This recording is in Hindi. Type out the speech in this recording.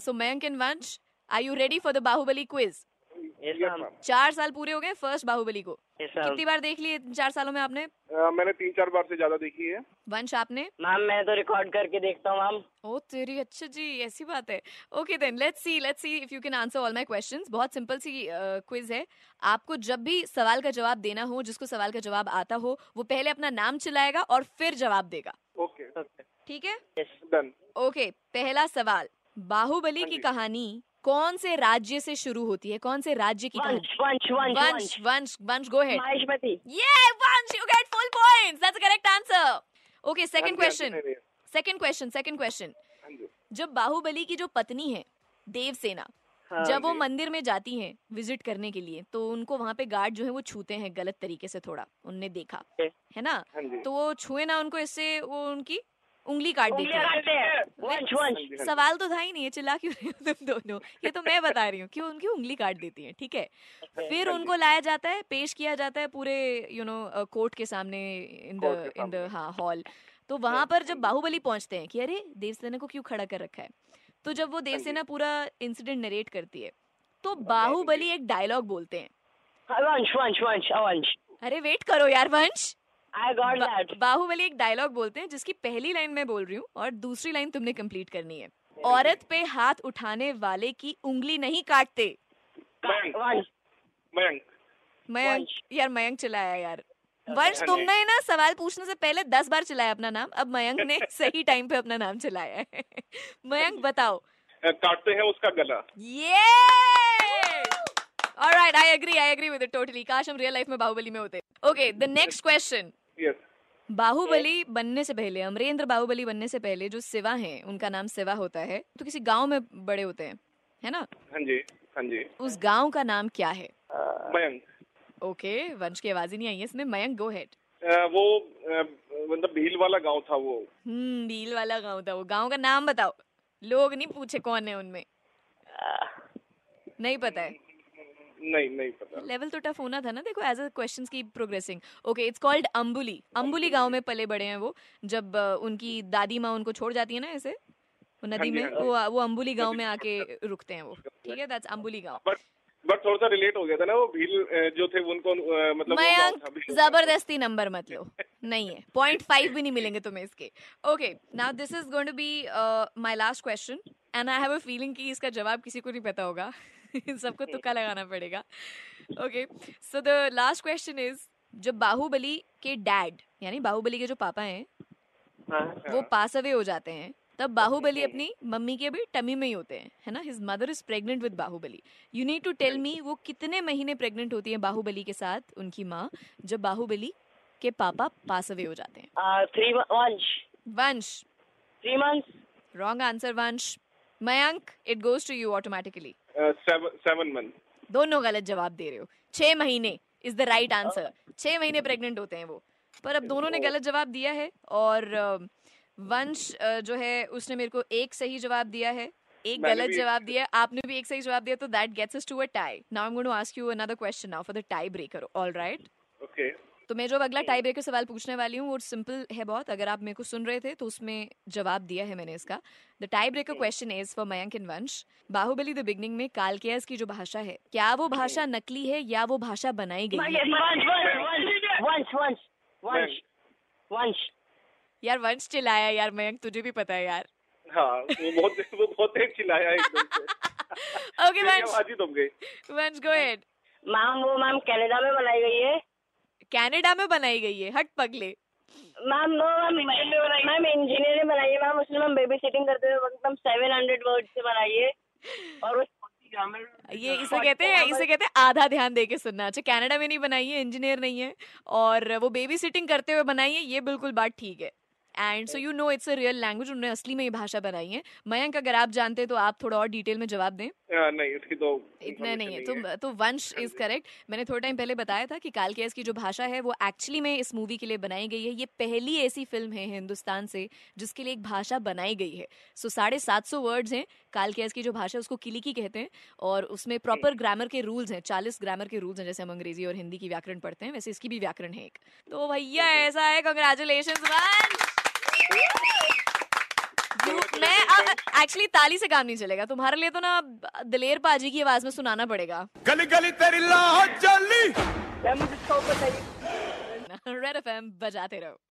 So Mayank and Vansh are you ready for the Baahubali quiz yes ma'am चार साल पूरे हो गए फर्स्ट बाहुबली को यस कितनी मैम बार देख लिए इन चार सालों में आपने अ, मैंने तीन चार बार से ज्यादा देखी है वंश आपने मैम मैं तो रिकॉर्ड करके देखता हूँ मैम ओ तेरी अच्छा जी ऐसी बात है okay then let's see let's see if you can answer all my questions बहुत सिंपल सी क्विज है आपको जब भी सवाल का जवाब देना हो जिसको सवाल का जवाब आता हो वो पहले अपना नाम चिल्लाएगा और फिर जवाब देगा ओके अच्छा। ओके ठीक है यस डन ओके पहला सवाल बाहुबली की कहानी कौन से राज्य से शुरू होती है कौन से राज्य की कहानी वंश Vansh Vansh Vansh Vansh Vansh Vansh go head Maheshpati Yeah, Vansh, you get full points. That's the correct answer. Okay, हाँ second question. हाँ Second question. Second question. जब बाहुबली की जो पत्नी है देवसेना हाँ, जब वो जी। मंदिर में जाती हैं विजिट करने के लिए तो उनको वहाँ पे गार्ड जो है वो छूते हैं गलत तरीके से थोड़ा उनने देखा Okay. है ना हाँ जी। तो वो छुए ना उनको इससे वो उनकी उंगली काट देती उंगलियां है काटते हैं वंश वंश जी, हाँ जी। सवाल तो था ही नहीं है चिल्ला क्यों रहे हो तुम दोनों ये तो मैं बता रही हूँ कि वो उनकी उंगली काट देती है ठीक है हाँ फिर उनको लाया जाता है पेश किया जाता है पूरे यू नो कोर्ट के सामने इन Court द के इन द सामने। हाँ हॉल तो वहां पर जब बाहुबली पहुंचते हैं कि अरे देवसेना को क्यों खड़ा कर रखा है तो जब वो देवसेना पूरा इंसिडेंट नरेट करती है तो बाहुबली एक डायलॉग बोलते हैं हाँ, वंश वंश वंश वंश अरे वेट करो यार वंश आई गॉट बा- दैट बाहुबली एक डायलॉग बोलते हैं जिसकी पहली लाइन मैं बोल रही हूँ और दूसरी लाइन तुमने कंप्लीट करनी है औरत पे हाथ उठाने वाले की उंगली नहीं काटते मयंक वंश मयंक मयंक वंश। यार मयंक चिल्लाया यार वंश हाँ जी। तुमने ना सवाल पूछने से पहले दस बार चिल्लाया अपना नाम अब मयंक ने सही टाइम पे अपना नाम चिल्लाया है मयंक बताओ अ, काटते हैं उसका गला ये alright I agree I agree with it totally काश हम रियल लाइफ में बाहुबली में होते okay the next question yes Baahubali बनने से पहले अमरेंद्र बाहुबली बनने से पहले जो सिवा हैं उनका नाम सिवा होता है तो किसी गांव में बड़े होते हैं है ना हाँ जी हाँ जी उस गांव का नाम क्या है मयंक ओके वंश की आवाज ही नहीं आई है इसमें मयंक गो हेड अ, वो अ, मतलब भील वाला गांव था वो हम्म भील वाला गांव था वो गांव का नाम बताओ लोग नहीं पूछे कौन है उनमें नहीं पता है नहीं नहीं पता लेवल तो टफ होना था ना देखो एज अ क्वेश्चंस की progressing okay it's called Ambuli Ambuli गांव में पले बड़े हैं वो जब अ, उनकी दादी माँ उनको छोड़ जाती है ना ऐसे वो नदी जी, में हाँ जी। वो वो अंबुली गांव में आके रुकते हैं वो ठीक है दैट्स अंबुली गांव बट बट थोड़ा सा रिलेट हो गया था ना वो भील अ, जो थे वो उनको अ, मतलब वो गांव था, मयंक भील। जबरदस्ती नंबर मत लो नहीं है पॉइंट फाइव भी नहीं मिलेंगे तुम्हें इसके okay now this is going to be my last question and I have a feeling कि इसका जवाब किसी को नहीं पता होगा सबको तुक्का लगाना पड़ेगा okay so the last question is जब बाहुबली के डैड यानी बाहुबली के जो पापा हैं हाँ वो पास अवे हो जाते हैं तब बाहुबली अपनी मम्मी के भी टमी में ही होते हैं है ना his mother is pregnant with Baahubali you need to tell me वो कितने महीने प्रेग्नेंट होती है बाहुबली के साथ उनकी माँ जब बाहुबली के पापा पास अवे हो जाते हैं three Vansh Vansh three months wrong answer Vansh Mayank it goes to you automatically uh, seven seven month दोनों गलत जवाब दे रहे हो छह महीने इज द राइट हाँ। आंसर छह महीने प्रेग्नेंट होते हैं वो पर अब दोनों ने गलत जवाब दिया है और अ, वंश अ, जो है उसने मेरे को एक सही जवाब दिया है एक मैंने गलत भी- जवाब दिया आपने भी एक सही जवाब दिया तो that gets us to a tie now I am going to ask you another question now for the tie breaker alright okay तो मैं जो अगला टाई ब्रेकर सवाल पूछने वाली हूँ वो सिंपल है बहुत अगर आप मेरे को सुन रहे थे तो उसमें जवाब दिया है मैंने इसका the tie breaker question is for Mayank and Vansh Baahubali the beginning में कालकेयस की जो भाषा है क्या वो भाषा नकली है या वो भाषा बनाई गई है वंश वंश वंश वंश वंश वंश वंश यार वंश चिल्लाया यार मयंक तुझे भी पता है यार हाँ वो बहुत वो बहुत तेज चिल्लाया एकदम से ओके मेरी वंश आवाज ही दम गई वंश गो हेड मैम वो मैम कनाडा में बनाई गई है कनाडा में बनाई गई है हट पगले मैम वो मैम मैम इंजीनियर ने बनाई है मैम उसने मैम बेबी सिटिंग करते वक्त मैम सेवन हंड्रेड वर्ड से बनाई है और वो ये इसे कहते हैं इसे कहते हैं आधा ध्यान दे के सुनना अच्छा कनाडा में नहीं बनाई है इंजीनियर नहीं है और वो बेबी सिटिंग करते हुए बनाई है ये बिल्कुल बात ठीक है and so you know it's a real language उन्होंने असली में ये भाषा बनाई है मयंक अगर आप जानते हैं तो आप थोड़ा और डिटेल में जवाब दें अ, नहीं इसकी तो इतना information नहीं है तो तो वंश इज करेक्ट मैंने थोड़े टाइम पहले बताया था कि कालकेस की जो भाषा है वो एक्चुअली में इस मूवी के लिए बनाई गई है ये पहली ऐसी फिल्म है हिंदुस्तान से जिसके लिए एक भाषा बनाई गई है सो साढ़े सात सौ वर्ड्स हैं कालकेस की जो भाषा है उसको किलिकी कहते हैं और उसमें प्रॉपर ग्रामर के रूल्स हैं चालीस ग्रामर के रूल्स हैं जैसे हम अंग्रेजी और हिंदी की व्याकरण पढ़ते हैं वैसे इसकी भी व्याकरण है एक तो भैया ऐसा है कंग्रेचुलेशन वंश You- मैं अब एक्चुअली ताली से काम नहीं चलेगा तुम्हारे लिए तो ना दिलेर पाजी की आवाज में सुनाना पड़ेगा गली गली तेरी लाह चली मैम मुझे इसका ऊपर चाहिए रेड एफएम बजाते रहो